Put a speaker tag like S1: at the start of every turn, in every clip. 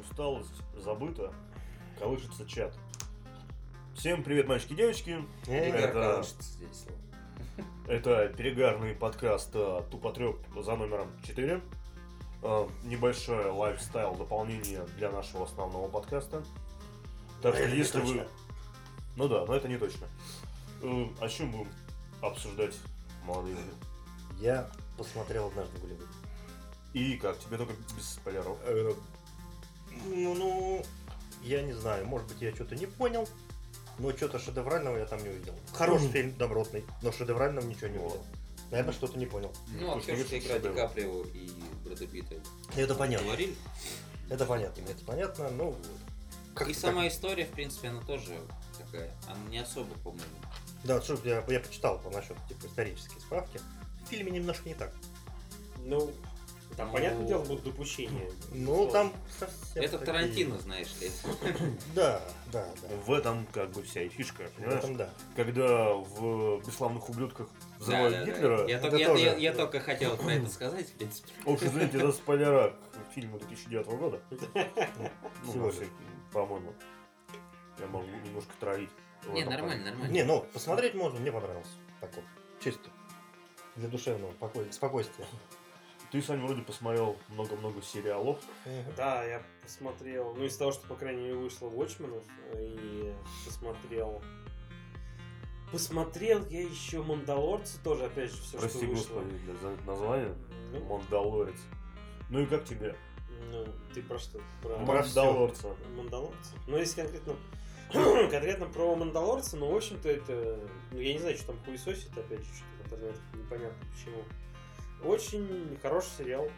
S1: Усталость забыта. Колышется чат. Всем привет, мальчики и девочки.
S2: Игорь
S1: это,
S2: Калыш здесь.
S1: это перегарный подкаст э, Тупотреп за номером 4. Э, небольшое лайфстайл дополнение для нашего основного подкаста. Так что
S2: Это не
S1: если вы...
S2: точно.
S1: Ну да, но это не точно. Э, о чем будем обсуждать, молодые люди?
S2: Я посмотрел однажды Голливуд.
S1: И как тебе только без спойлеров?
S2: Э, Ну, ну, я не знаю, может быть, я что-то не понял, но что-то шедеврального я там не увидел. Хороший
S1: Мгм.
S2: фильм, добротный, но шедеврального ничего не
S1: Вот.
S2: увидел. Наверное, что-то не понял.
S3: Ну,
S1: Потому что
S3: актерская
S1: лучше
S3: игра Ди
S1: шедевр.
S3: Каприо и Брэда Питта.
S2: Это понятно.
S3: Говорили?
S2: Это понятно, это понятно, ну, но вот. Как-
S3: И
S2: как-
S3: сама история, в принципе, она тоже такая. Она не особо, по-моему.
S2: Да, что ж, я, я почитал по насчет типа, исторические справки. В фильме немножко не так.
S4: Ну, там,
S3: Ну,
S4: понятное дело, будут допущения.
S2: Ну, там совсем
S3: Это
S2: такие-
S3: Тарантино, знаешь ли.
S2: Да, да, да.
S1: В этом как бы вся и фишка,
S2: В
S1: понимаешь?
S2: этом да.
S1: Когда в «Бесславных ублюдках» взрывают
S3: Да-да-да.
S1: Гитлера,
S3: Я
S2: Это
S3: только- я-
S2: тоже.
S3: я- Я только хотел про это сказать, в принципе.
S1: Уж извините за спойлера к фильму 2009 года. Ну,
S2: Всего
S1: на
S2: лишь.
S1: всякий, По-моему. Я могу немножко травить. в
S3: Не,
S1: этом
S3: нормально, нормально.
S2: Не, ну, посмотреть можно, мне понравился. Так вот, чисто. Для душевного покоя, спокойствия.
S1: плане. Ты, Сань, вроде посмотрел много-много сериалов.
S2: Э,
S4: Да, я посмотрел, ну из того, что, по крайней мере, вышло Watchmen, и посмотрел... Посмотрел я еще Мандалорца тоже, опять же, все,
S1: Прости,
S4: что вышло.
S1: господи, да, за это название.
S4: Ну,
S1: Мандалорец. Ну и как тебе?
S4: ну, ты про что? Про
S2: Про
S1: Мандалорца.
S4: Мандалорца? Ну, если конкретно... конкретно про Мандалорца, ну, в общем-то, это... Ну, я не знаю, что там хуесосит, опять же, что-то в интернете, непонятно почему. Очень хороший сериал.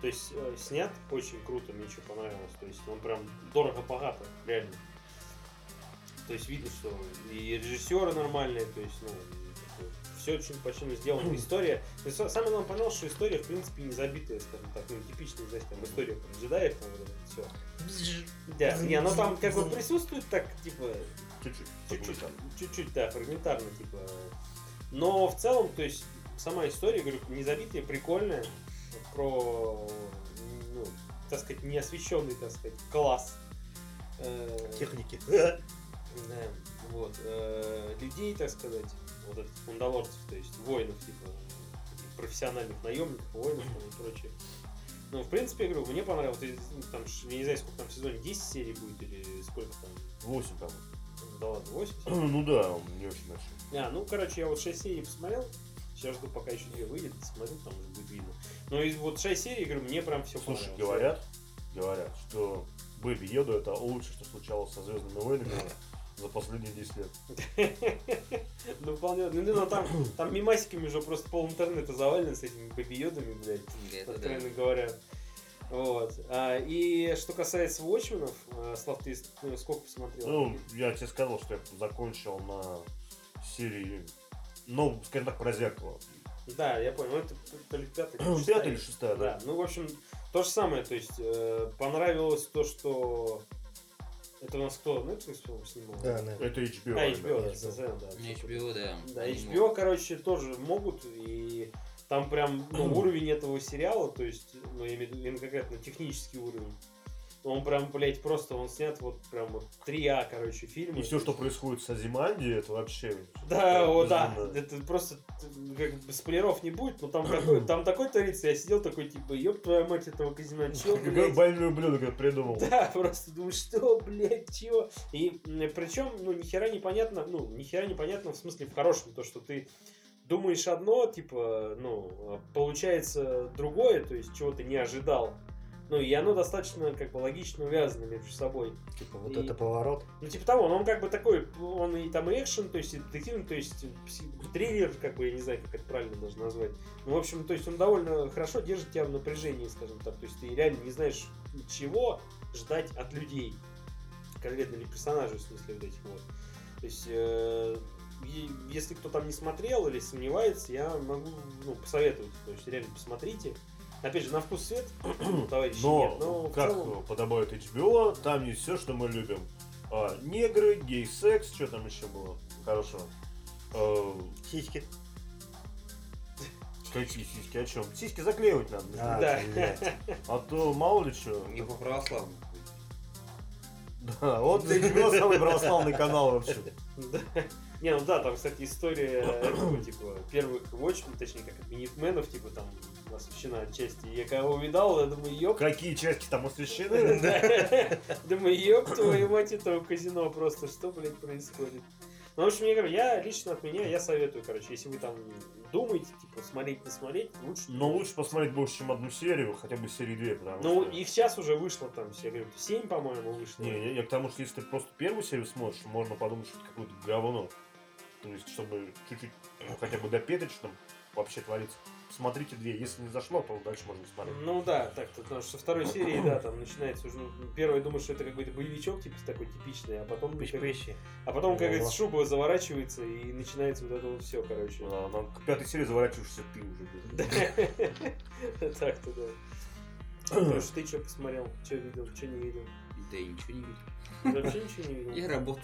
S4: То есть, э, снят очень круто, мне что понравилось. То есть, он прям дорого-богато, реально. То есть, видно, что и режиссеры нормальные, то есть, ну, все очень почему сделано. История. ну, со- Самое главное, понял, что история, в принципе, не забитая, скажем так, ну, типичная, знаешь, там, история про джедаев, там, вот это все. Да, не, оно там как бы присутствует так, типа,
S1: Чуть-чуть.
S4: чуть-чуть, чуть-чуть, да, фрагментарно, типа. Но в целом, то есть, сама история, говорю, незабитая, прикольная, про, ну, так сказать, неосвещенный, так сказать, класс. Э,
S2: Техники.
S4: да, вот. э, людей, так сказать, вот этих мандалорцев, то есть воинов, типа таких профессиональных наемников, воинов там и прочее. Ну, в принципе, я говорю, мне понравилось. То есть, ну, Там, ж, я не знаю, сколько там в сезоне, 10 серий будет или сколько там.
S1: 8 там.
S4: Да ладно, 8?
S1: Ну да, он не очень большой.
S4: А, ну, короче, я вот 6 серий посмотрел. Сейчас жду, пока еще две выйдет, смотрю, там уже будет видно. Но из вот 6 серий, говорю, мне прям все
S1: Слушай, говорят, говорят, что Бэби Йода это лучшее, что случалось со Звездными войнами за последние 10 лет.
S4: Ну, вполне. Ну, ну, там, там мимасиками уже просто пол интернета завалено с этими бабиодами, блядь.
S3: Это да.
S4: откровенно говоря. Вот. А, и что касается Watchmen'ов, а, Слав, ты э, сколько посмотрел?
S1: Ну, я тебе сказал, что я закончил на серии, ну, скажем так, про зеркало.
S4: Да, я понял. Ну, Это то ли пятый, то ли
S1: Пятая
S4: шестая.
S1: или шестая, да?
S4: Да, ну, в общем, то же самое. То есть, э, понравилось то, что... Это у нас кто? Netflix, по-моему, снимал?
S2: Да, да.
S1: Это HBO.
S4: А,
S1: ребят.
S4: HBO,
S2: да.
S4: да, совершенно, да.
S3: На HBO, да.
S4: Да,
S3: Они
S4: HBO, короче, тоже могут, и там прям ну, уровень этого сериала, то есть, ну, я имею в виду именно конкретно технический уровень, он прям, блядь, просто, он снят вот прям вот 3А, короче, фильм.
S1: И все, что происходит с Азиманди, это вообще...
S4: Да, о, да,
S1: безумно.
S4: это просто как бы спойлеров не будет, но там, такой, там такой творится, я сидел такой, типа, ёб твою мать этого казино, чё,
S1: Какой
S4: блядь?
S1: больной ублюдок это придумал.
S4: Да, просто думаю, что, блядь, чего? И причем, ну, нихера непонятно, ну, нихера непонятно в смысле в хорошем, то, что ты думаешь одно, типа, ну, а получается другое, то есть чего ты не ожидал. Ну, и оно достаточно, как бы, логично увязано между собой.
S2: Типа вот
S4: И-
S2: это поворот.
S4: Ну, типа того, но он как бы такой, он и там и экшен, то есть и детективный, то есть пси- триллер, как бы, я не знаю, как это правильно даже назвать. Ну, в общем, то есть он довольно хорошо держит тебя в напряжении, скажем так. То есть ты реально не знаешь, чего ждать от людей. Конкретно или персонажей, в смысле, вот этих вот. То есть, э, и если кто там не смотрел или сомневается, я могу ну, посоветовать. То есть реально посмотрите. Опять же, на вкус свет, товарищи, нет,
S1: Но,
S4: но в
S1: как
S4: целом-
S1: подобает HBO, там есть все, что мы любим. А, негры, гей-секс, что там еще было хорошего? Э,
S2: Сиськи.
S1: Какие сиськи, о чем? Сиськи заклеивать надо.
S2: А,
S4: Да.
S2: блядь.
S1: А то мало ли что.
S3: Не по православному.
S1: Да, вот для него самый православный канал вообще.
S4: Да. Не, ну да, там, кстати, история этого, типа, первых Watchmen, точнее, как Минитменов, типа, там, посвящена отчасти. Я когда увидал, я думаю, ёп.
S1: Какие части там освещены?
S4: Да. Думаю, ёп твою мать этого казино просто, что, блядь, происходит? Ну, в общем, я говорю, я лично от меня, я советую, короче, если вы там думаете, типа, смотреть, не смотреть, лучше...
S1: Но лучше посмотреть больше, чем одну серию, хотя бы серии две, потому
S4: Ну,
S1: что...
S4: и сейчас уже вышло там, я говорю, 7, по-моему, вышло.
S1: Не, я, я к тому, что если ты просто первую серию смотришь, можно подумать, что это какое-то говно. То есть, чтобы чуть-чуть, ну, хотя бы до петочки там вообще творится. Смотрите две, если не зашло, то дальше можно не смотреть.
S4: Ну да, так, то потому что со второй серии, да, там начинается уже, ну, первый думаешь, что это какой-то боевичок, типа, такой типичный, а потом, как-
S2: Пыщ-пыщи.
S4: а потом, как говорится,
S2: Ого.
S4: шуба заворачивается и начинается вот это вот все, короче.
S1: А, ну, к пятой серии заворачиваешься ты уже.
S4: Да. Так-то, да. Лёш, ты что посмотрел? Что видел? Что не видел?
S3: Да и ничего не видел.
S4: Ты Вообще ничего не видел?
S3: Я работал.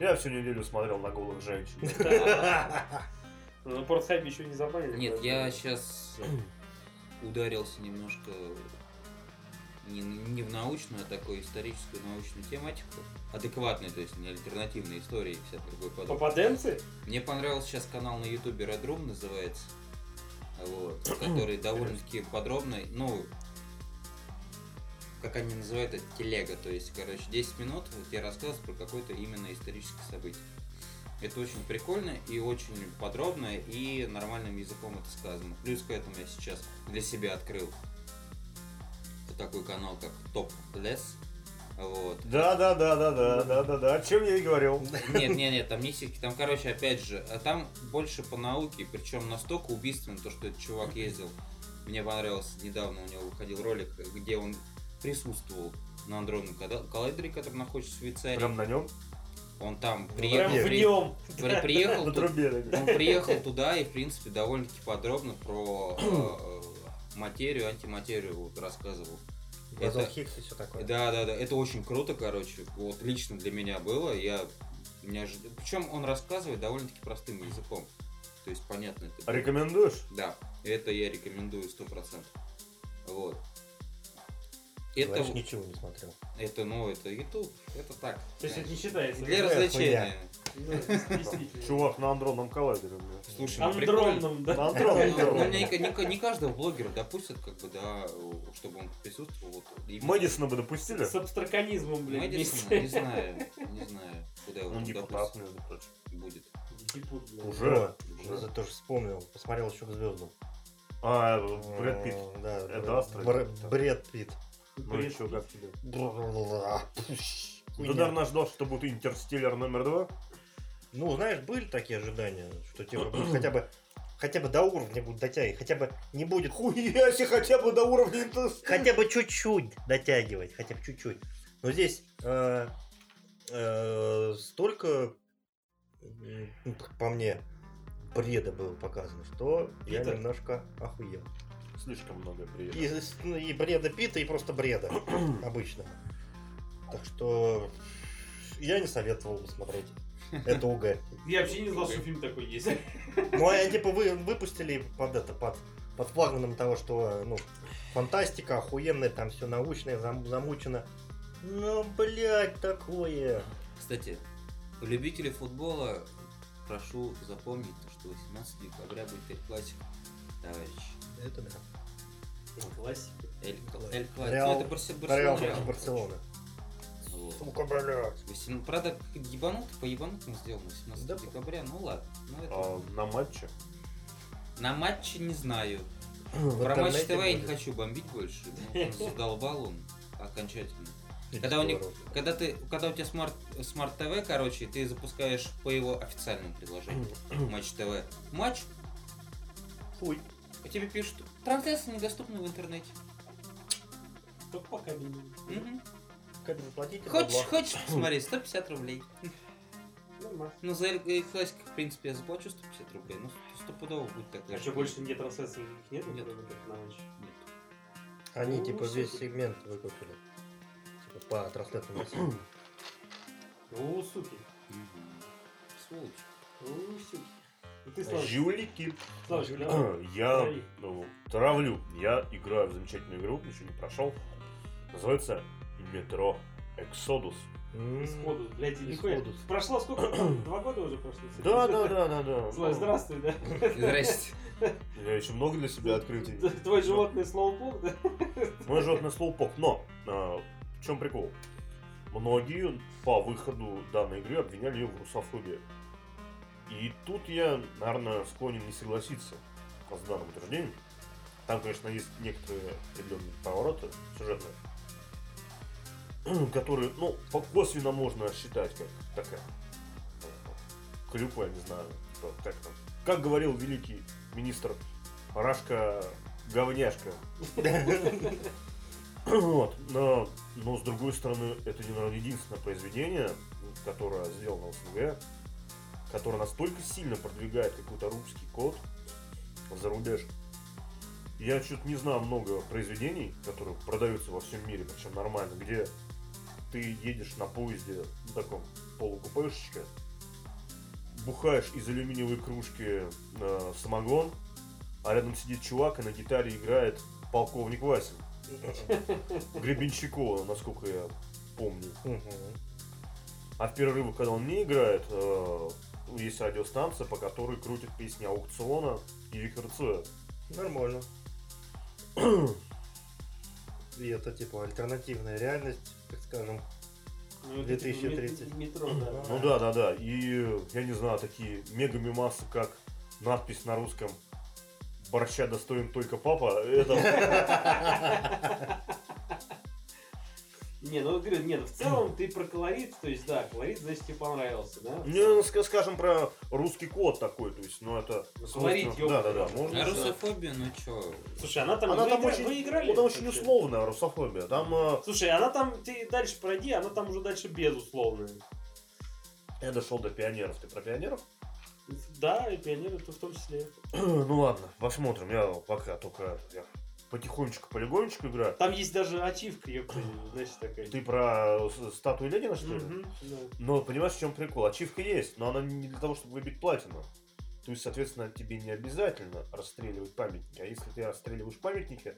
S1: Я всю неделю смотрел на голых женщин.
S4: Ну, на Портхабе еще не забанили.
S3: Нет,
S4: правда.
S3: я сейчас ударился немножко не, не в научную, а такую историческую научную тематику. Адекватной, то есть не альтернативной истории и всякое такое подобное.
S4: Попаденцы?
S3: Мне понравился сейчас канал на ютубе Red Room называется, вот, который довольно-таки подробно, ну, как они называют это, телега, то есть, короче, 10 минут вот я рассказываю про какое-то именно историческое событие. Это очень прикольно и очень подробно, и нормальным языком это сказано. Плюс к этому я сейчас для себя открыл такой канал, как Топ Лес. Вот.
S1: Да, да, да, да, да, да, да, да. О чем я и говорил.
S3: Нет, нет, нет, там не сиськи, там, короче, опять же, а там больше по науке, причем настолько убийственно то, что этот чувак ездил. Мне понравился недавно у него выходил ролик, где он присутствовал на андронном кода- коллайдере, который находится в Швейцарии.
S1: Прям на нем.
S3: Он там приехал,
S4: Прям в
S3: при-
S4: нем.
S3: при- приехал,
S1: На
S3: ту-
S1: трубе. да.
S3: он приехал туда и, в принципе, довольно-таки подробно про э, э, материю, антиматерию вот рассказывал.
S2: Базал
S3: Это-
S2: Хиггс и все такое.
S3: Да, да, да. Это очень круто, короче. Вот лично для меня было. Я Причем он рассказывает довольно-таки простым языком. То есть понятно это. было.
S1: Рекомендуешь?
S3: Да, это я рекомендую сто процентов. Вот. Это,
S2: Говоришь, ничего не смотрел.
S3: это, ну, это YouTube, это так.
S4: То есть это не
S3: конечно.
S4: считается.
S3: Для
S2: Ну, это
S3: развлечения.
S4: Ну, действительно.
S1: Чувак на андронном коллайдере. бля.
S3: Слушай, ну, прикольно.
S4: Андронным,
S1: На
S4: да.
S1: андронном
S3: Ну, ну,
S1: коллайдере.
S3: не, не- не каждого блогера допустят, как бы, да, чтобы он присутствовал. Вот, именно.
S1: Мэдисона А, бы допустили?
S4: С абстраканизмом, блин,
S3: Мэдисон,
S4: вместе.
S3: не знаю, не знаю, куда его
S2: Ну,
S1: Он
S3: там
S1: депутат,
S3: допустят.
S1: между прочим.
S3: будет.
S4: Дипут, блин.
S1: Уже?
S2: Я за тоже вспомнил. Посмотрел еще к звездам.
S1: А, Брэд Питт.
S2: Э, Да.
S1: Эд
S2: Бр-
S1: Астра.
S2: Бр- Брэд Питт.
S1: Ну и
S4: Бред.
S1: чё, как тебе?
S2: Бр-бр-бр-бр. Пш,
S1: Ты,
S2: хуйня.
S1: наверное, ждал, что будет Интерстеллар номер два?
S2: Ну, знаешь, были такие ожидания, что типа будет хотя бы хотя бы до уровня будут дотягивать, хотя бы не будет
S1: Хуя себе, хотя бы до уровня Интерстеллара.
S2: хотя бы чуть-чуть дотягивать, хотя бы чуть-чуть. Но здесь э, э, столько, м, ну, п- по мне, бреда было показано, что я
S4: Питер.
S2: немножко охуел.
S1: Слишком много
S2: И,
S1: приедет.
S2: с- ну, и бреда Пита, и просто бреда обычного. Так что я не советовал бы смотреть. Это УГ.
S4: Я вообще не знал, что фильм такой есть.
S2: Ну, они типа вы, выпустили под это, под, под флагманом того, что ну, фантастика, охуенная, там все научное, зам- замучено. Ну, блядь, такое.
S3: Кстати, любители футбола, прошу запомнить, то, что 18 декабря будет Эль Классик, товарищ.
S2: Это да.
S4: Классика.
S3: Эль, Эль Классик.
S2: Реал-
S3: Ну, это Барсе-
S2: Реал
S3: Барселона.
S2: против
S3: Реал.
S2: Барселоны.
S3: Вот.
S2: Сука, блядь.
S3: Восем- Правда, как ебануто, по ебанутому сделано 18
S2: Да.
S3: декабря, ну ладно. Ну, это...
S1: А, на матче?
S3: На матче не знаю.
S2: В
S3: Про матч ТВ
S2: интернете
S3: я не
S2: будет.
S3: хочу бомбить больше. Ну, Задолбал он окончательно.
S2: И
S3: Когда у них-
S2: здорово.
S3: Когда ты, когда у тебя смарт, смарт ТВ, короче, ты запускаешь по его официальному предложению Матч ТВ. Матч,
S2: Хуй.
S3: а тебе пишут, трансляция недоступна в интернете.
S4: Только по кабине.
S3: Мгм.
S2: Кабель платите,
S3: Хочешь,
S2: бабла.
S3: хочешь, посмотри, 150 рублей.
S4: Нормально.
S3: Ну, за Эль Классик, в принципе, я заплачу 150 рублей, ну, стопудово будет такая.
S4: А что, больше нигде трансляций никаких нет?
S3: Нет.
S4: кроме как на матче?
S2: Они
S4: Ну,
S2: типа
S4: сука.
S2: весь сегмент выкупили. Типа по трансляторам России.
S4: Ну, суки.
S3: Мгм. Сволочь.
S4: Ну, суки.
S1: А
S4: Ну, Ты, Слав,
S1: Жулики.
S4: Славыч, давай.
S1: Я
S4: Трави.
S1: ну, травлю. Я играю в замечательную игру, еще не прошел. Называется Метро Exodus.
S2: М,
S4: Сходу, блядь, и нихуя.
S2: Исходу.
S4: Прошло сколько? там, Два года уже прошло? с этим?
S1: Да, да, да, да, да.
S4: Зла- Здравствуй, да.
S3: Здрасте.
S1: Я еще много для себя открытий.
S4: Т- Твой животный слоупок, да?
S1: Мой животный слоупок. Но а, в чем прикол? Многие по выходу данной игры обвиняли ее в русофобии. И тут я, наверное, склонен не согласиться с данным утверждением. Там, конечно, есть некоторые определенные повороты сюжетные, которые, ну, по косвенно можно считать как такая э, клюква, я не знаю, типа, как там. Как говорил великий министр Рашка Говняшка,
S4: Ну,
S1: вот, но, но с другой стороны, это, наверное, единственное произведение, которое сделано в СНГ, которое настолько сильно продвигает какой-то русский код за рубеж. Я чуть не знаю много произведений, которые продаются во всем мире, причем нормально, где ты едешь на поезде, на таком полукупешечке, бухаешь из алюминиевой кружки э, самогон, а рядом сидит чувак и на гитаре играет полковник Васин. Гребенщикова, насколько я помню.
S2: Мгм.
S1: А в перерывах, когда он не играет, э, есть радиостанция, по которой крутят песни Аукциона и Виктора Цоя.
S2: Нормально. И это типа альтернативная реальность, так скажем.
S4: Ну, это типа
S2: 2030.
S4: мет- Метро, да.
S1: Ну да, да, да. И э, я не знаю, такие мега-мемасы, как надпись на русском «Борща достоин только папа». Это...
S4: Не, ну говорю, не, ну в целом ты про колорит, то есть да, колорит, значит, тебе понравился, да?
S1: Ну, ска- скажем про русский код такой, то есть, ну это...
S4: Говорить, ёпта.
S1: Да, да, да. Можно...
S3: А русофобия, ну чё?
S4: Слушай, она там,
S1: Она
S4: вы
S1: там
S4: игра-
S1: очень,
S4: вы играли?
S1: ну, там очень
S4: вообще?
S1: условная русофобия. Там э,
S4: Слушай, она там, ты дальше пройди, она там уже дальше безусловная.
S1: я дошел до пионеров. Ты про пионеров?
S4: Да, и пионеры то в том числе.
S1: Ну ладно, посмотрим. Я пока только я потихонечку, полигонечку играю.
S4: Там есть даже ачивка, ёпта, значит, такая.
S1: Ты про э, с- статую Ленина, что ли?
S4: Мгм, да.
S1: Но понимаешь, в чем прикол? Ачивка есть, но она не для того, чтобы выбить платину. То есть, соответственно, тебе не обязательно расстреливать памятники. А если ты расстреливаешь памятники,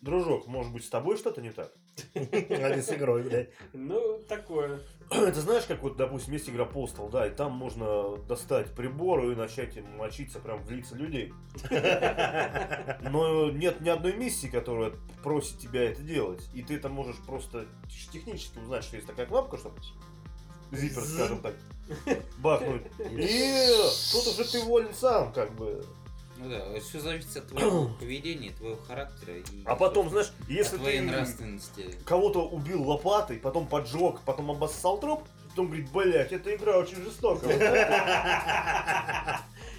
S1: дружок, может быть, с тобой что-то не так?
S2: А не с игрой, блядь.
S4: Ну, такое.
S1: Это знаешь, как вот, допустим, есть игра Postal, да, и там можно достать прибор и начать им мочиться прям в лица людей. Но нет ни одной миссии, которая просит тебя это делать. И ты это можешь просто технически узнать, что есть такая кнопка, чтобы зипер, скажем так, бахнуть. И тут уже ты волен сам, как бы.
S3: Ну да, все зависит от твоего поведения, твоего характера. И,
S1: А потом, знаешь, если
S3: от твоей
S1: ты
S3: нравственности.
S1: кого-то убил лопатой, потом поджег, потом обоссал труп, потом говорит, блять, эта игра очень жестокая.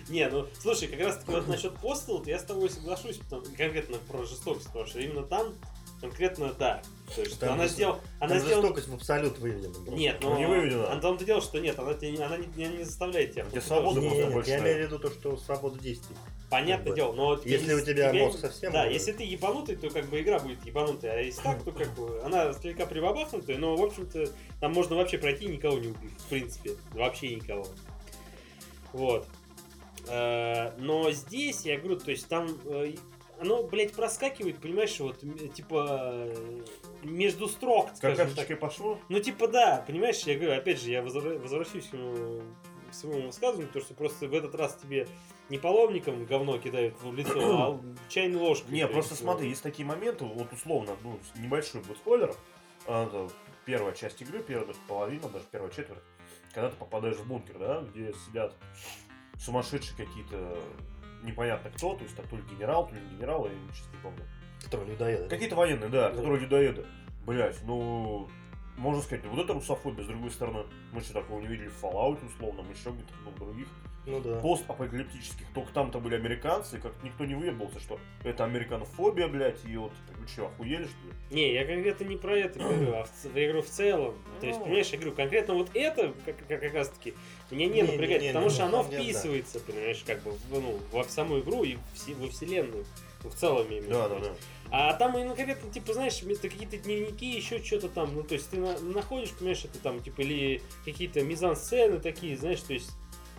S4: Не, ну слушай, как раз таки вот насчет постел, я с тобой соглашусь, потому- конкретно про жестокость, потому что именно там, конкретно, да. То есть
S2: Там
S4: она
S2: жест-
S4: сделала. Она
S2: Там
S4: сделала.
S2: жестокость в абсолют выведена. просто.
S4: Нет,
S1: Ну,
S4: ну
S1: не выведено.
S4: А там ты дело, что нет, она, тебя не- она не, не- не заставляет тебя.
S1: Где
S4: Ну,
S1: свобода
S4: тоже
S1: можно
S2: Не,
S1: больше
S2: я
S1: ставить.
S2: имею в виду то, что свобода действий.
S4: Понятное
S2: Как бы.
S4: дело, но тебе
S2: Если
S4: не-
S2: у тебя
S4: тебя
S2: мозг
S4: не-
S2: совсем
S4: Да,
S2: уже-
S4: если ты ебанутый, то как бы игра будет ебанутая, а если так, то как бы она слегка прибабахнутая, но в общем-то там можно вообще пройти никого не убив, в принципе, вообще никого. Вот. Э, Но здесь, я говорю, то есть там э, оно, блядь, проскакивает, понимаешь, вот м, типа э, между строк, скажем так.
S1: Какашечкой пошло?
S4: Ну, типа, да, понимаешь, я говорю, опять же, я возра- возвращусь к своему- к своему высказыванию, то, что просто в этот раз тебе не паломником говно кидают в лицо, а л- чайной ложкой.
S1: Не,
S4: то
S1: просто
S4: есть,
S1: смотри, есть такие моменты, вот условно, ну, с- небольшой будет спойлер, а, это первая часть игры, первая даже половина, даже первая четверть, когда ты попадаешь в бункер, да, где сидят сумасшедшие какие-то непонятно кто, то есть там то ли генерал, то ли не генерал, я сейчас не помню.
S2: Который людоед.
S1: Какие-то военные, да,
S4: Да.
S1: которые людоеды. Блять, ну, можно сказать, вот это русофобия, с другой стороны, мы еще такого не видели в Fallout, условно, мы еще где-то ну, в других
S2: Ну да.
S1: постапокалиптических. Только там-то были американцы, и как никто не выебался, что это американофобия, блядь, и вот вы что, охуели, что ли?
S4: Не, я конкретно не про это говорю, а в ц- я говорю в целом. То есть,
S1: Ну.
S4: понимаешь, я говорю, конкретно вот это, как, как- как раз таки, меня не,
S2: Не, не,
S4: напрягает,
S2: не,
S4: потому
S2: не,
S4: что
S2: на
S4: оно
S2: самом деле, да.
S4: вписывается, понимаешь, как бы, в, ну, во в саму игру и в се- во вселенную. Ну, в целом именно.
S1: Да, да, да.
S4: А там, ну, конкретно, типа, знаешь, вместо какие-то дневники, еще что-то там, ну, то есть ты на- находишь, понимаешь, это там, типа, или какие-то мизансцены такие, знаешь, то есть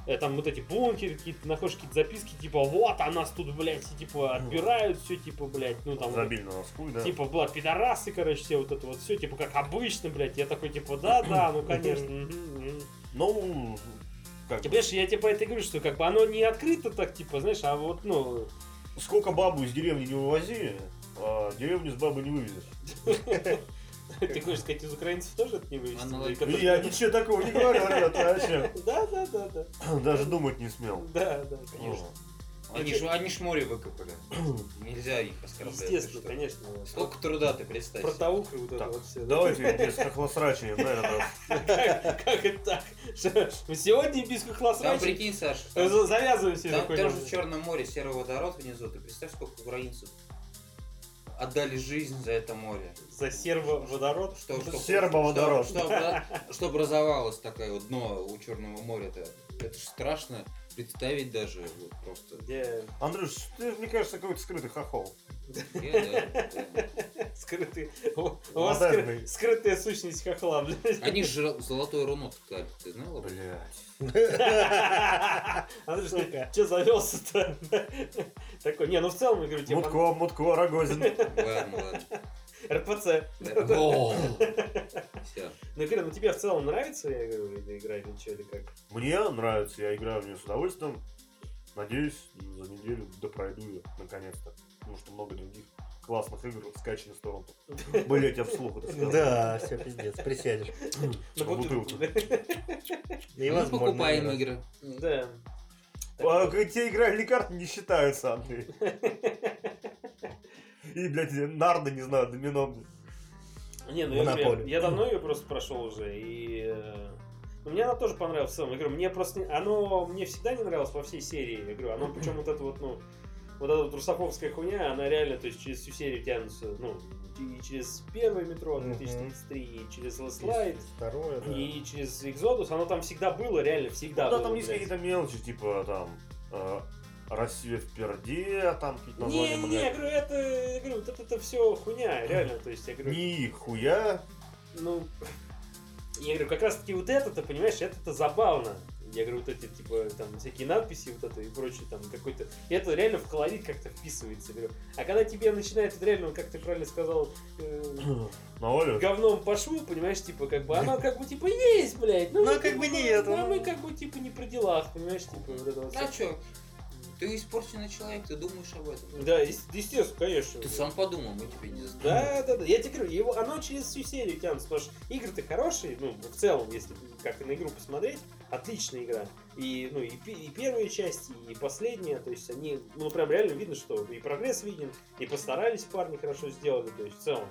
S4: э, там вот эти бункеры, какие-то находишь какие-то записки, типа, вот, а нас тут, блядь, и, типа, отбирают все, типа, блядь, ну там,
S1: Забили на нас хуй, да?
S4: типа, была пидорасы, короче, все вот это вот все, типа, как обычно, блядь, я такой, типа, да-да, ну, конечно, мгм, мгм».
S1: Ну, как
S4: Ты
S1: бы,
S4: понимаешь, я тебе по это и говорю, что как бы оно не открыто так, типа, знаешь, а вот, ну,
S1: сколько бабу из деревни не вывози, а деревню с бабы не вывезешь.
S4: ты хочешь сказать, из украинцев тоже это не вывести?
S3: Аналогично.
S1: И Я ничего такого не говорю, ребята, вообще.
S4: Да, да, да, да.
S1: Даже думать не смел. Ну,
S4: Да, да, конечно.
S3: Они ж, они ж море выкопали. Нельзя их оскорблять. ты
S4: Естественно,
S3: что?
S4: конечно. вот.
S3: Сколько труда ты представь.
S4: Про
S3: себе.
S4: Таукры вот это
S1: Так,
S4: вот все. да.
S1: Давайте без хохлосрачей, наверное.
S4: Как как это так? Что, мы Сегодня без
S3: Там
S4: хохлосрачей
S3: прикинь, Саш, там,
S4: за- завязываем себе
S3: там- там же в
S4: такой.
S3: Черном море серый водород внизу. Ты представь, сколько украинцев отдали жизнь за это море.
S4: За сервоводород.
S3: Что, что,
S1: Сербоводород.
S3: Что, что, обра- что образовалось такое вот дно у Черного моря-то. Это же страшно представить даже. вот просто.
S4: Где
S1: Андрюш, ты, мне кажется, какой-то скрытый хохол.
S3: Я, да, да.
S4: скрытые... У у вас скры-
S1: Модерный.
S4: скрытая сущность хохла, блядь.
S3: Они же золотое руно ткали, ты знала? блин?
S1: Блять.
S4: Андрюш, ты че завелся-то? Такой, не, ну в целом, я говорю, тебе
S1: Мутко, Мутко, Рогозин.
S3: Ладно, ладно.
S4: РПЦ.
S3: Все.
S4: Ну, Кирилл, ну тебе в целом нравится, я говорю, эта игра или что, или как?
S1: Мне нравится, я играю в нее с удовольствием. Надеюсь, за неделю допройду ее, наконец-то. Потому что много других классных игр скачано с торрентов. Блять, я вслух это сказал.
S2: Ну Да, все, пиздец, присядешь.
S4: На бутылку.
S3: Мы
S2: Невозможно.
S3: Ну, покупаем
S2: играть.
S3: игры.
S4: Да.
S1: А, к- Те игральные карты не считаются, Андрей. И, блядь, нарды, не знаю, домино. блядь.
S4: Не, ну я, говорю,
S2: Монополию.
S4: я давно ее просто прошел уже, и... э, ну, мне она тоже понравилась в целом. Я говорю, мне просто... не- Оно мне всегда не нравилось во всей серии. Я говорю, оно причем вот это вот, ну... Вот эта вот русофобская хуйня, она реально, то есть через всю серию тянется, ну, и через первое метро
S2: Мгм.
S4: 2033, и через Last Light,
S2: Второе, да.
S4: и через Exodus, оно там всегда было, реально всегда
S1: Ну Да,
S4: было,
S1: там есть
S4: блядь.
S1: какие-то мелочи, типа там э, Россия в перде, там какие-то
S4: Не,
S1: названия.
S4: не, я
S1: магазинов.
S4: говорю, это, я говорю, вот это, все хуйня, реально, то есть я говорю,
S1: Нихуя.
S4: ну, я говорю, как раз таки вот это, ты понимаешь, это-то забавно. Я говорю, вот эти, типа, там, всякие надписи, вот это и прочее, там, какой-то... и Это реально в колорит как-то вписывается, говорю. А когда тебе начинает вот реально, как ты правильно сказал, э,
S1: На Олю.
S4: говном по шву, понимаешь, типа, как бы, оно как бы, типа, есть, блядь.
S2: Ну,
S4: мы,
S2: как бы, нет,
S4: Ну,
S2: ну.
S4: мы как бы, типа, не при делах, понимаешь, типа, вот это вот
S3: А
S4: всё.
S3: что? Ты испорченный человек, ты думаешь об этом.
S4: Да, ес- естественно, конечно.
S3: Ты сам подумал, мы тебе не знаем.
S4: Да, да, да. Я тебе говорю, его, оно через всю серию тянется, потому что игры-то хорошие, ну, в целом, если как на игру посмотреть, отличная игра. И, ну, и, пе- и первая часть, и последняя, то есть они, ну, прям реально видно, что и прогресс виден, и постарались парни хорошо сделали, то есть в целом.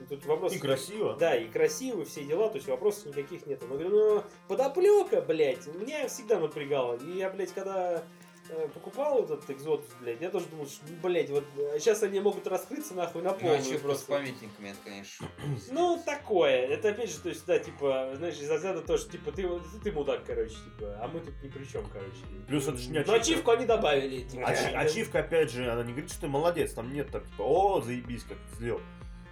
S4: И тут вопрос...
S1: И красиво.
S4: Да, и красивые все дела, то есть вопросов никаких нет. Но говорю, ну, подоплека, блядь, меня всегда напрягало. И я, блядь, когда э, покупал вот этот экзот, блядь, я тоже думал, что, ну, блядь, вот сейчас они могут раскрыться нахуй на
S3: Ну, а
S4: полную
S3: чё с
S4: просто.
S3: памятниками, это, конечно.
S4: Ну, такое. Это опять же, то есть, да, типа, знаешь, из разряда то, что, типа, ты, ты мудак, короче, типа, а мы тут ни при чем, короче.
S1: Плюс это ж не
S4: Но
S1: ачивка.
S4: ачивку они добавили. Типа,
S1: Ачи- ачивка, опять же, она не говорит, что ты молодец, там нет так, типа, о, заебись, как ты сделал.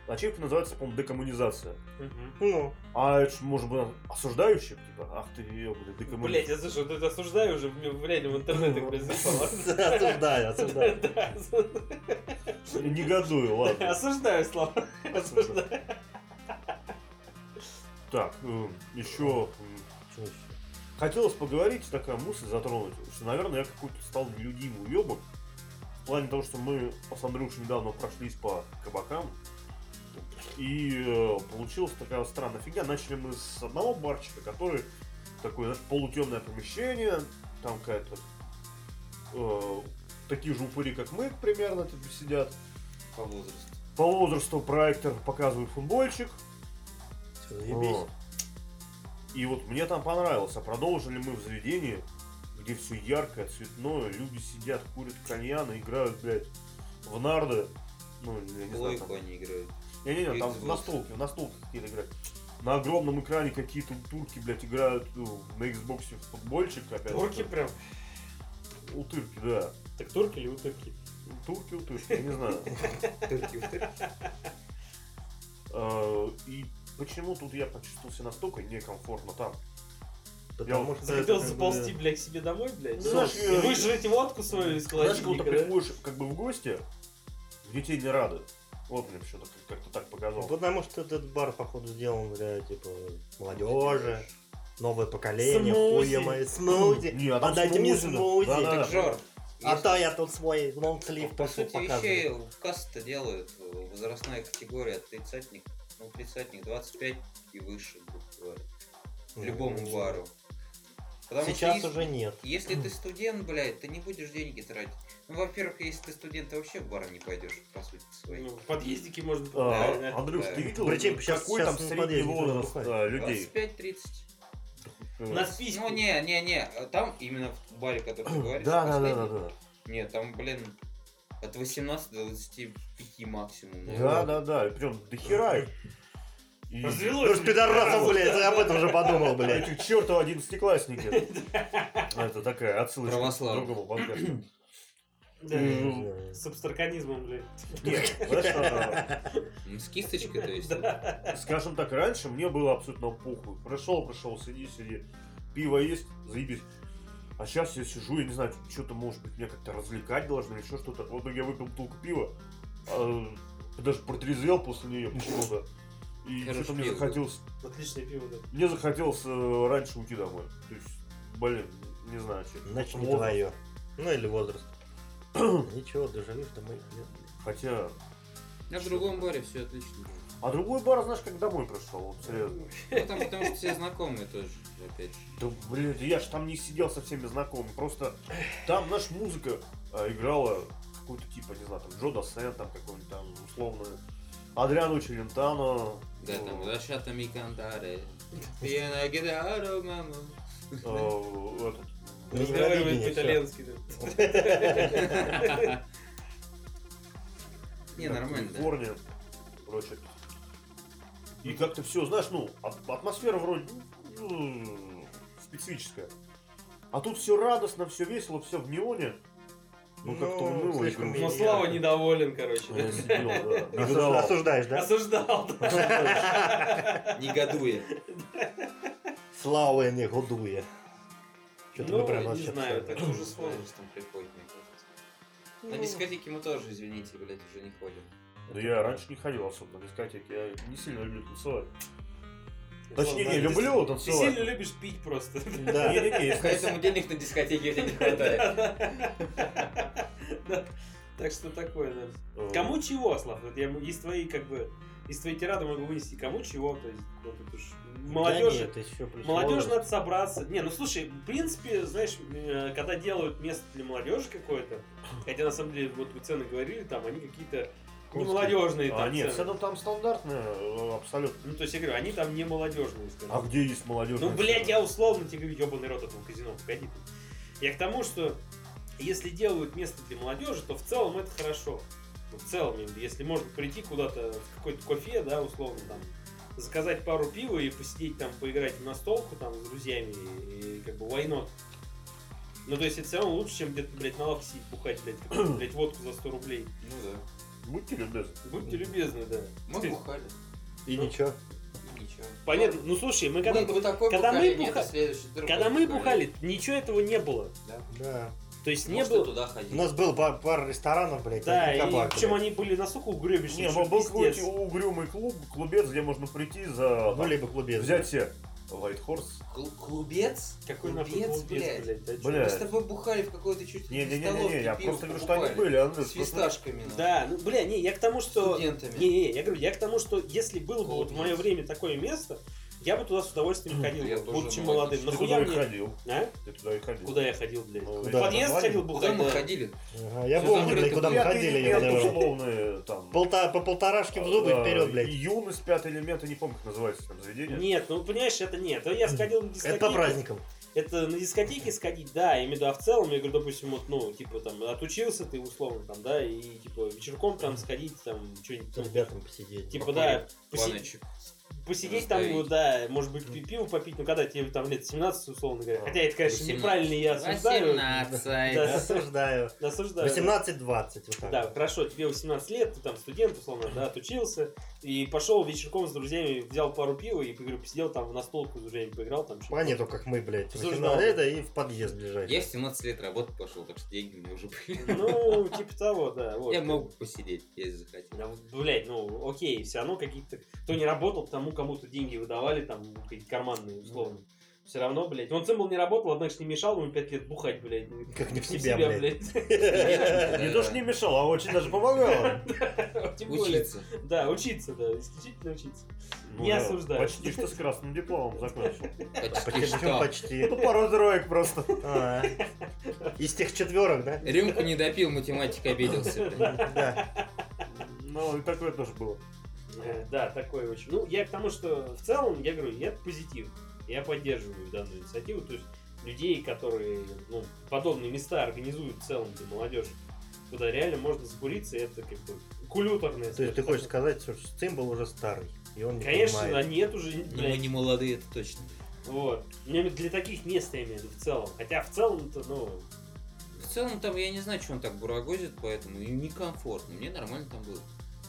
S1: Ачивка называется, по-моему, декоммунизация.
S4: Мгм.
S2: Ну,
S1: А это ж, может быть, осуждающий, типа, ах ты, ёбаный,
S4: Блять,
S1: декоммунизация.
S4: я слушай, вот это осуждаю уже в в реально в интернете, блядь, запало.
S2: осуждаю, осуждаю.
S4: Да,
S1: Негодую, ладно.
S4: Осуждаю, Слава. Осуждаю.
S1: Так, э, еще
S2: Чё ещё?
S1: хотелось поговорить, такая мысль затронуть, что, наверное, я какой-то стал нелюдимый уебок. В плане того, что мы с Андрюшей недавно прошлись по кабакам, и э, получилась такая странная фигня. Начали мы с одного барчика, который такое, знаешь, полутемное помещение, там какая-то э, такие же упыри, как мы, примерно, типа, сидят.
S3: По возрасту.
S1: По возрасту проектор показывает футбольчик,
S2: Всё, заебись.
S1: вот. И вот мне там понравилось. А продолжили мы в заведении, где все яркое, цветное, люди сидят, курят кальяны, играют, блядь, в нарды. Ну, я не знаю,
S3: Лойку
S1: там...
S3: они играют.
S1: Не-не-не, там
S3: Xbox.
S1: в настолке, в настолке какие-то играют. На огромном экране какие-то турки, блядь, играют ну, на Xbox в футбольчик, опять же.
S4: Турки прям.
S1: Утырки, да.
S4: Так турки или утырки?
S1: Турки, утырки, я не знаю. А, Э, И почему тут я почувствовал себя настолько некомфортно там?
S2: Потому что...
S4: Захотел
S2: это как бы-
S4: заползти, э, блядь, к себе домой, блядь.
S1: Ну, знаешь,
S4: И
S1: я-
S4: выжрать водку свою из
S1: Знаешь, как будто
S4: холодильника, да?
S1: приходишь как бы в гости, где тебе не рады. Вот мне что-то как-то так показалось.
S2: Потому что этот бар, походу, сделан для, типа, молодежи, новое поколение,
S4: Смузи.
S2: хуя мои, смузи.
S1: Не, а там
S2: Подайте мне
S1: смузи.
S2: смузи.
S1: Да-да.
S3: Так, Жор,
S2: А
S3: если-
S2: то я тут свой лонгслив
S3: По
S2: пошел
S3: сути вещей,
S2: показывать.
S3: в кассы-то делают э, возрастная категория тридцатник, ну, тридцатник, 25 и выше, грубо говоря, к любому бару. Потому что
S2: Ну, Сейчас
S3: если-
S2: уже нет.
S3: Если ты студент, блядь, ты не будешь деньги тратить. Ну, во-первых, если ты студент, ты вообще в бар не пойдешь, по сути своей.
S4: Ну, в подъездике можно...
S1: А,
S4: Да, да.
S1: Андрюш,
S3: Да.
S1: ты видел,
S2: Причем сейчас-
S1: какой
S2: сейчас
S1: там
S2: не
S1: средний
S2: подъедет, никто не
S1: возраст
S2: бухает.
S1: а, людей?
S3: 25-30.
S4: На списке.
S3: Ну, не, не, не, а там именно в баре, который ты говоришь,
S1: Да, да, да, да,
S3: последний,
S1: да.
S3: Нет, там, блин, от 18 до 25 максимум.
S1: Да, да, да, и прям до хера. их. И...
S4: Развелось.
S2: Ну ж пидорасов, блядь, я об этом уже подумал,
S1: Бля,
S2: блядь.
S1: эти чертовы одиннадцатиклассники. Это такая отсылочка к
S3: Православные.
S1: другому подкасту.
S4: Да.
S1: М.
S4: С абстраканизмом, блядь.
S1: Нет, знаешь,
S3: Ну, С кисточкой, то есть.
S4: Да.
S1: а, скажем так, раньше мне было абсолютно похуй. Пришел, пришел, сиди, сиди. Пиво есть, заебись. А сейчас я сижу, я не знаю, что-то, может быть, меня как-то развлекать должно или еще что-то. Вот я выпил бутылку пива, а, даже протрезвел после нее почему-то. И
S3: Хорошее
S1: что-то мне
S3: пиво.
S1: захотелось
S4: Отличное пиво, да.
S1: Мне захотелось э, раньше уйти домой. То есть, блин, не знаю, что.
S2: Значит, не
S1: Вот.
S2: твое. Ну или возраст. Ничего, доживешь до моих лет.
S1: Хотя...
S3: На другом баре все отлично.
S1: А другой бар, знаешь, как домой пришел, вот серьезно.
S3: Ну, там, потому что все знакомые тоже, опять же.
S1: Да, блин, я ж там не сидел со всеми знакомыми. Просто там, знаешь, музыка э, играла какую-то типа, не знаю, там, Джо Дассен, там, какой-нибудь там, условно, Адриану Челентано.
S3: Да, там,
S1: э,
S3: Рашата Микандаре. Я на гитару, мама.
S1: э, этот,
S2: Ну,
S4: Разговаривает
S2: Евровидение, всё.
S4: по-итальянски, да.
S3: Не, нормально, да.
S1: Калифорния, прочее. И как-то все, знаешь, ну, а- атмосфера вроде ну, специфическая. А тут все радостно, все весело, все в неоне. Ну, как-то
S2: Ну,
S1: уныло. и
S2: слишком
S1: грустно.
S4: Но Слава недоволен, короче.
S1: Я сидел, да,
S2: Осуж-
S1: негодовал.
S2: Осуждаешь, да?
S4: Осуждал, да.
S3: Негодуя.
S2: Слава не годуя. Что-то
S4: Ну,
S2: мы прям
S4: не
S2: вообще
S4: знаю,
S2: обсуждаем.
S4: так уже с возрастом.
S3: там приходит, мне кажется. На
S4: Ну.
S3: дискотеки мы тоже, извините, блядь, уже не ходим.
S1: Да я раньше не ходил особо на дискотеки, я не сильно люблю танцевать.
S4: Слава,
S1: Точнее,
S4: да,
S1: не,
S4: ты-
S1: люблю
S4: Ты сильно
S1: танцевать.
S4: любишь пить просто.
S2: Да.
S1: Не-не-не, я
S3: Поэтому денег на дискотеке у тебя не хватает.
S4: Да. Так что такое, да.
S1: Э,
S4: Кому чего, Слав? Вот я м- из твоей, как бы, из твоей тирады могу вынести, кому чего, то есть, вот тут уж молодежи, молодежи надо собраться. Не, ну слушай, в принципе, знаешь, э, когда делают место для молодежи какое-то, хотя на самом деле, вот вы цены говорили, там, они какие-то не
S1: Конские.
S4: молодежные там
S1: А, нет,
S4: цены.
S1: цена там стандартная, э, абсолютно.
S4: Ну, то есть, я говорю, они там не молодежные, скажем.
S1: А где есть молодежь?
S4: Ну, блядь, я условно тебе говорю, ебаный рот этого казино, погоди ты. Я к тому, что если делают место для молодежи, то в целом это хорошо. Ну, в целом, если можно прийти куда-то в какой-то кофе, да, условно, там, заказать пару пива и посидеть там, поиграть в настолку там с друзьями, и, и как бы why not? Ну, то есть это все равно лучше, чем где-то, блядь, на лавке сидеть бухать, блядь, какую-то, блядь, водку за 100 рублей.
S3: Ну да.
S1: Будьте любезны.
S4: Будьте любезны, да.
S3: Мы бухали.
S2: И ничего.
S3: и Ничего.
S4: Понятно, ну слушай, мы когда,
S3: Мы такое
S4: когда мы
S3: поколение,
S4: буха-
S3: это следующее, другое
S4: когда мы
S3: поколение.
S4: бухали, ничего этого не было.
S3: Да.
S2: Да.
S4: То есть не
S3: Может,
S4: было... Ну,
S3: и туда
S2: У
S3: ходить.
S2: нас был ба- пара ресторанов, блядь,
S4: Да,
S2: один
S4: и
S2: кабак,
S4: причем
S2: блядь.
S4: они были настолько угребищные,
S1: Не,
S4: что
S1: был был
S4: пиздец.
S1: какой-то угрюмый клуб, клубец, где можно прийти за...
S2: Ну, либо клубе.
S1: Взять себе White Horse.
S3: Кл- Клубец?
S4: Какой нахуй
S3: Клубец,
S4: клубец,
S3: блядь.
S4: ты о чём?
S1: Бля.
S3: Мы с тобой бухали в какой-то чуть ли
S1: Не-не-не, я
S3: столовке пиво
S1: просто говорю, что они
S3: покупали.
S1: были, Андрюш.
S3: С
S1: просто-
S3: фисташками. нахуй,
S4: Да, ну, бля, не, я к тому,
S3: с
S4: что...
S3: Студентами.
S4: Не-не-не, я говорю, я к тому, что если было бы вот в
S3: Клубец.
S4: мое время такое место, я бы туда с удовольствием ходил,
S3: Я тоже ну,
S4: будучи молодым.
S3: молодец.
S1: Ты
S4: Нахуя
S1: туда и
S4: мне...
S1: ходил.
S4: А?
S1: Ты туда и ходил.
S4: Куда я ходил, блядь?
S1: Ну,
S4: В
S2: куда?
S4: подъезд
S1: На
S4: ходил
S3: Куда
S4: бухать,
S3: мы
S4: да.
S3: ходили?
S2: Ага, я
S3: Всё
S2: помню, блядь,
S3: закрыто.
S2: куда мы
S1: Пятый
S2: ходили, я
S1: элемент
S2: наверное.
S1: условные, там.
S2: Полта- По полторашке в зубы
S1: э,
S2: вперед, блядь.
S1: Юность, пятый элемент, я не помню, как называется там заведение.
S4: Нет, ну понимаешь, это нет. Я сходил на
S2: Это
S4: дискотеку.
S2: по праздникам.
S4: Это на дискотеке сходить, да, я имею в виду, а в целом, я говорю, допустим, вот, ну, типа, там, отучился ты, условно, там, да, и, типа, вечерком там сходить, там, что-нибудь,
S2: С
S4: там,
S2: ребятами посидеть.
S4: типа, да, поси-
S3: Баночек.
S4: посидеть там, ну
S3: Раздавить.
S4: да, может быть, пи- пиво попить, ну когда тебе там лет 17, условно говоря. Хотя это, конечно,
S3: 18.
S4: неправильно, я осуждаю.
S3: 18.
S4: Да.
S2: Я осуждаю.
S4: Осуждаю.
S2: 18-20. вот так.
S4: Да, хорошо, тебе 18 лет, ты там студент, условно, да, отучился, и пошел вечерком с друзьями, взял пару пива и, говорю, посидел там в настолку с друзьями, поиграл там. что-то.
S2: Понятно, А как мы, блядь,
S4: Осуждал.
S3: ну,
S2: 18 лет а и в подъезд ближайший.
S3: Я в 17 лет работать пошел, так что деньги у меня уже были.
S4: Ну, типа того, да. Вот.
S3: Я мог бы посидеть, если захотел.
S4: Да, вот, блядь, ну окей, все равно какие-то... Кто не работал, тому кому-то деньги выдавали, там, какие-то карманные, условно. Все равно, блядь. Вон Цимбал не работал, однако ж не мешал ему пять лет бухать, блядь.
S2: Как не в себя, блядь.
S1: Не то, что не мешало, а очень даже помогало.
S4: Тем более.
S3: Учиться.
S4: Да, учиться, да, исключительно учиться.
S1: Ну,
S4: Не
S1: я
S4: осуждаю.
S1: Почти что с красным дипломом закончил.
S3: Почти
S2: Почти, почему
S3: что.
S2: почти.
S1: Ну, пару троек просто.
S2: А. Из тех четверок, да?
S3: Рюмку не допил, математик обиделся. блин.
S2: Да.
S1: Ну, и такое тоже было.
S4: Э, Да, такое очень. Ну, я к тому, что в целом, я говорю, я позитив. Я поддерживаю данную инициативу. То есть людей, которые ну, подобные места организуют в целом для молодежи, куда реально можно закуриться, это как бы кулюторное.
S2: То есть ты хочешь сказать, что Цимбал уже старый, и он не
S4: Конечно,
S2: понимает.
S4: нет уже,
S3: Ну, мы
S4: блядь.
S3: не молодые, это точно.
S4: Вот. Ну, Для таких мест я имею в виду в целом. Хотя в целом-то, ну,
S3: В целом, там, я не знаю, что он так бурагозит, поэтому и некомфортно. Мне нормально там было.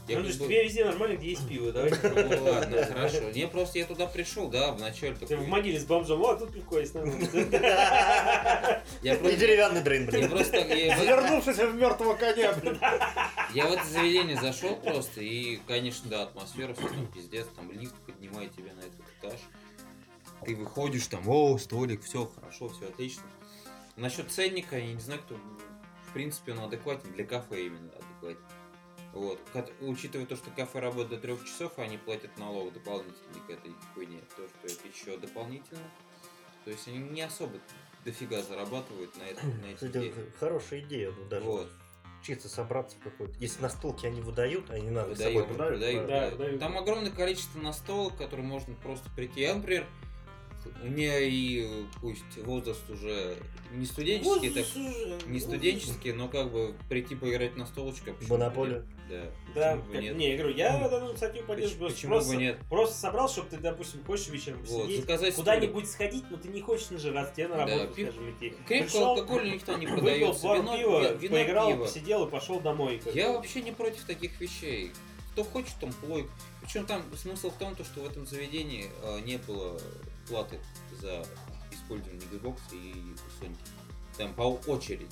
S3: Я
S4: ну,
S3: как
S4: потому что
S3: бы-
S4: тебе везде нормально, где есть пиво, давай.
S3: Ну, Ладно, хорошо. Я просто я туда пришел, да, вначале
S4: Ты в
S3: такой.
S4: могиле с бомжом, а тут пивко есть, надо.
S3: Я
S2: И
S3: просто.
S2: деревянный дрын,
S3: Я
S2: блин.
S3: просто так- я, вот-
S1: Завернувшись в мертвого коня, блин.
S3: я в это заведение зашел просто, и, конечно, да, атмосфера, всё там пиздец, там лифт поднимает тебя на этот этаж. Ты выходишь, там, о, столик, все хорошо, все отлично. Насчет ценника, я не знаю, кто, в принципе, он адекватен, для кафе именно адекватен. Вот. Кат- Учитывая то, что кафе работает до трех часов, а они платят налог дополнительный к этой хуйне. То, что это еще дополнительно. То есть они не особо дофига зарабатывают на это. На эти
S2: Кстати,
S3: деньги.
S2: хорошая идея, ну даже
S3: Вот.
S2: чисто собраться в какой-то. Если настолки они выдают, а не надо с собой
S3: Выдают,
S2: брать.
S1: продают,
S3: выдают,
S4: да.
S3: выдают.
S4: Да, выдают.
S3: Там огромное количество настолок, которые можно просто прийти. Я, например, у меня и э, пусть возраст уже не студенческий, так не студенческий, но как бы прийти поиграть на столочка.
S2: Монополию.
S3: Да.
S4: Да,
S3: почему бы
S4: как-
S3: нет?
S4: не, я говорю, я данную статью поддерживаю.
S3: Поч-
S4: просто-
S3: Почему бы нет?
S4: Просто собрал, чтобы ты, допустим, хочешь вечером
S3: Вот,
S4: посидеть,
S3: заказать столик.
S4: куда-нибудь сходить, но ты не хочешь нажираться, тебе на
S3: Да,
S4: работу,
S3: пив-
S4: скажем, идти.
S3: Крепкого
S4: Пришел,
S3: алкоголя никто не
S4: выпил
S3: продает.
S4: пару
S3: Вино,
S4: пива,
S3: ви- вино,
S4: поиграл,
S3: пиво.
S4: посидел и пошел домой. как
S3: Я
S4: бы.
S3: вообще не против таких вещей. Кто хочет, там плой. Причем там смысл в том, то, что в этом заведении э, не было платы за использование Xbox и Sony. Там по очереди.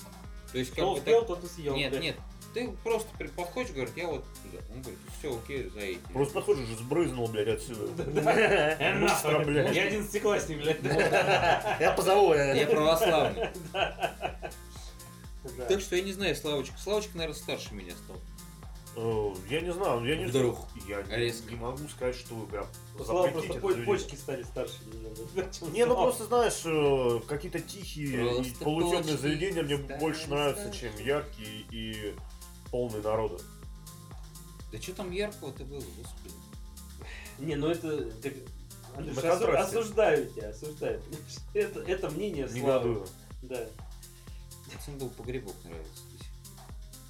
S3: То есть как
S4: Кто
S3: бы
S4: успел,
S3: так-
S4: тот и съел.
S3: Нет,
S4: да.
S3: нет. Ты просто при- подходишь, говорит, я вот туда. Он говорит, все, окей, заедь.
S1: Просто подходишь, и сбрызнул, блядь, отсюда.
S4: Да. Э,
S1: Быстро,
S4: нахуй.
S1: блядь.
S4: Я одиннадцатиклассник, блядь.
S2: Я позову. э,
S3: Я православный.
S4: Да.
S3: Так что я не знаю, Славочка. Славочка, наверное, старше меня стал.
S1: Э, Я не знаю, я не
S3: Вдруг.
S1: Я не-
S3: Резко.
S1: не могу сказать, что вы прям
S4: Слава,
S1: запретите
S4: просто
S1: это
S4: по-
S1: заведение.
S4: почки стали старше немного. чем
S1: Не, ну
S4: Слава.
S1: просто знаешь, э, какие-то тихие и
S3: Просто
S1: полутемные
S3: почки
S1: заведения мне
S3: стали
S1: больше нравятся,
S3: старше.
S1: чем яркие и полные народа.
S3: Да что там яркого-то было, господи.
S4: Не, ну это... так, Андрюш,
S1: На
S4: осу-
S1: контрасте.
S4: осуждаю тебя, осуждаю. Это, это мнение Славы.
S1: Негодую.
S4: Да.
S3: Пацан был погребок нравится.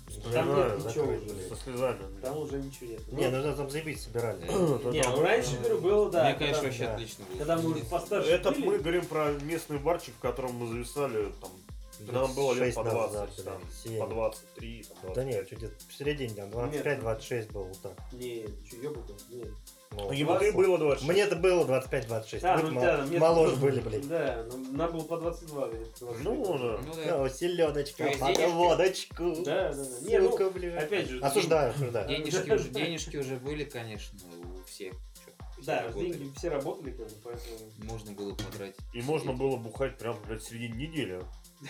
S1: Вспоминаю,
S4: нет
S1: да,
S4: ничего
S1: как
S4: уже.
S1: бы Со слезами.
S4: Там уже ничего нет.
S2: Не, ну там заебись собирали.
S1: Это
S4: Не,
S1: там-
S4: ну раньше, говорю, было, да.
S3: Мне, конечно,
S4: когда-
S3: вообще
S2: да.
S3: отлично было.
S4: Когда мы уже постарше
S1: Это
S4: были.
S1: мы говорим про местный барчик, в котором мы зависали, там, когда нам было лет
S2: Шесть
S1: по
S2: назад,
S1: 20,
S2: да,
S1: там,
S2: семь.
S1: по 23, там, 20.
S2: Да нет, чуть в середине, там,
S4: Нет.
S2: 25-26 было вот так.
S4: Не, что, ёбаный, не.
S2: Ну,
S1: Ему ты было 20.
S2: Мне это было 25-26.
S4: Да,
S2: мы
S4: ну
S2: мол-
S4: да, мне-
S2: моложе были, блин.
S4: Да, ну, нам было по 22, говорит.
S1: Ну, уже.
S3: Ну да.
S2: Ну, селедочка,
S3: Твои
S2: под
S3: денежки?
S2: водочку.
S4: Да, да, да. Не, ну,
S2: Сука, блин.
S4: Опять же...
S2: Осуждаю, осуждаю.
S3: Денежки уже, денежки уже были, конечно, у всех. Чё, все
S4: Да,
S3: работали.
S4: деньги все работали, как бы, поэтому...
S3: Можно было потратить.
S1: И можно было бухать прям, блядь, в середине недели.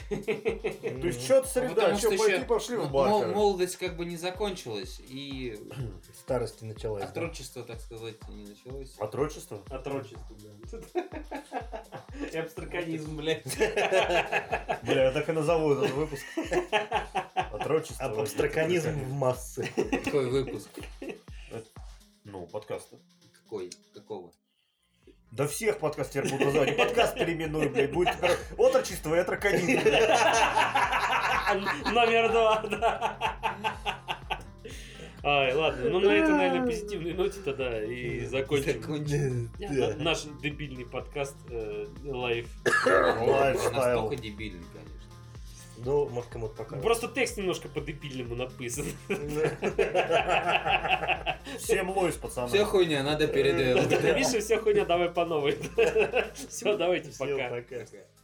S2: М,
S1: То есть, что-то среда,
S3: А Потому
S1: что
S3: что
S1: пойти,
S3: ещё
S1: пошли в
S3: М-
S1: бар.
S3: мол-
S1: короче.
S3: молодость как бы не закончились, и
S2: Старости началась. да.
S3: отрочество, так сказать, не началось.
S1: Отрочество?
S4: Отрочество, да. И Абстраканизм, блядь.
S1: Бля, я так и назову этот выпуск. Отрочество.
S2: Аб- Абстраканизм в массы.
S3: Какой выпуск?
S1: Ну, подкаст.
S3: Какой? Какого?
S1: Да всех подкаст теперь буду называть. Подкаст переименую, блядь. Будет теперь отрочество и отраканизм. блядь.
S4: Номер два, да. Ай, ладно, ну на этой, наверное, позитивной ноте тогда и закончим
S2: Да.
S4: наш дебильный подкаст э, лайв.
S2: Лайфстайл.
S3: Настолько дебильный, конечно.
S2: Ну, может, кому-то покажет.
S4: Просто текст немножко по-дебильному написан.
S1: Всем лойс, пацаны.
S3: Вся хуйня, надо Э переделать.
S4: Миша, все хуйня, давай по новой. Все, давайте,
S2: Всё,
S4: пока.
S2: пока.
S3: Такая.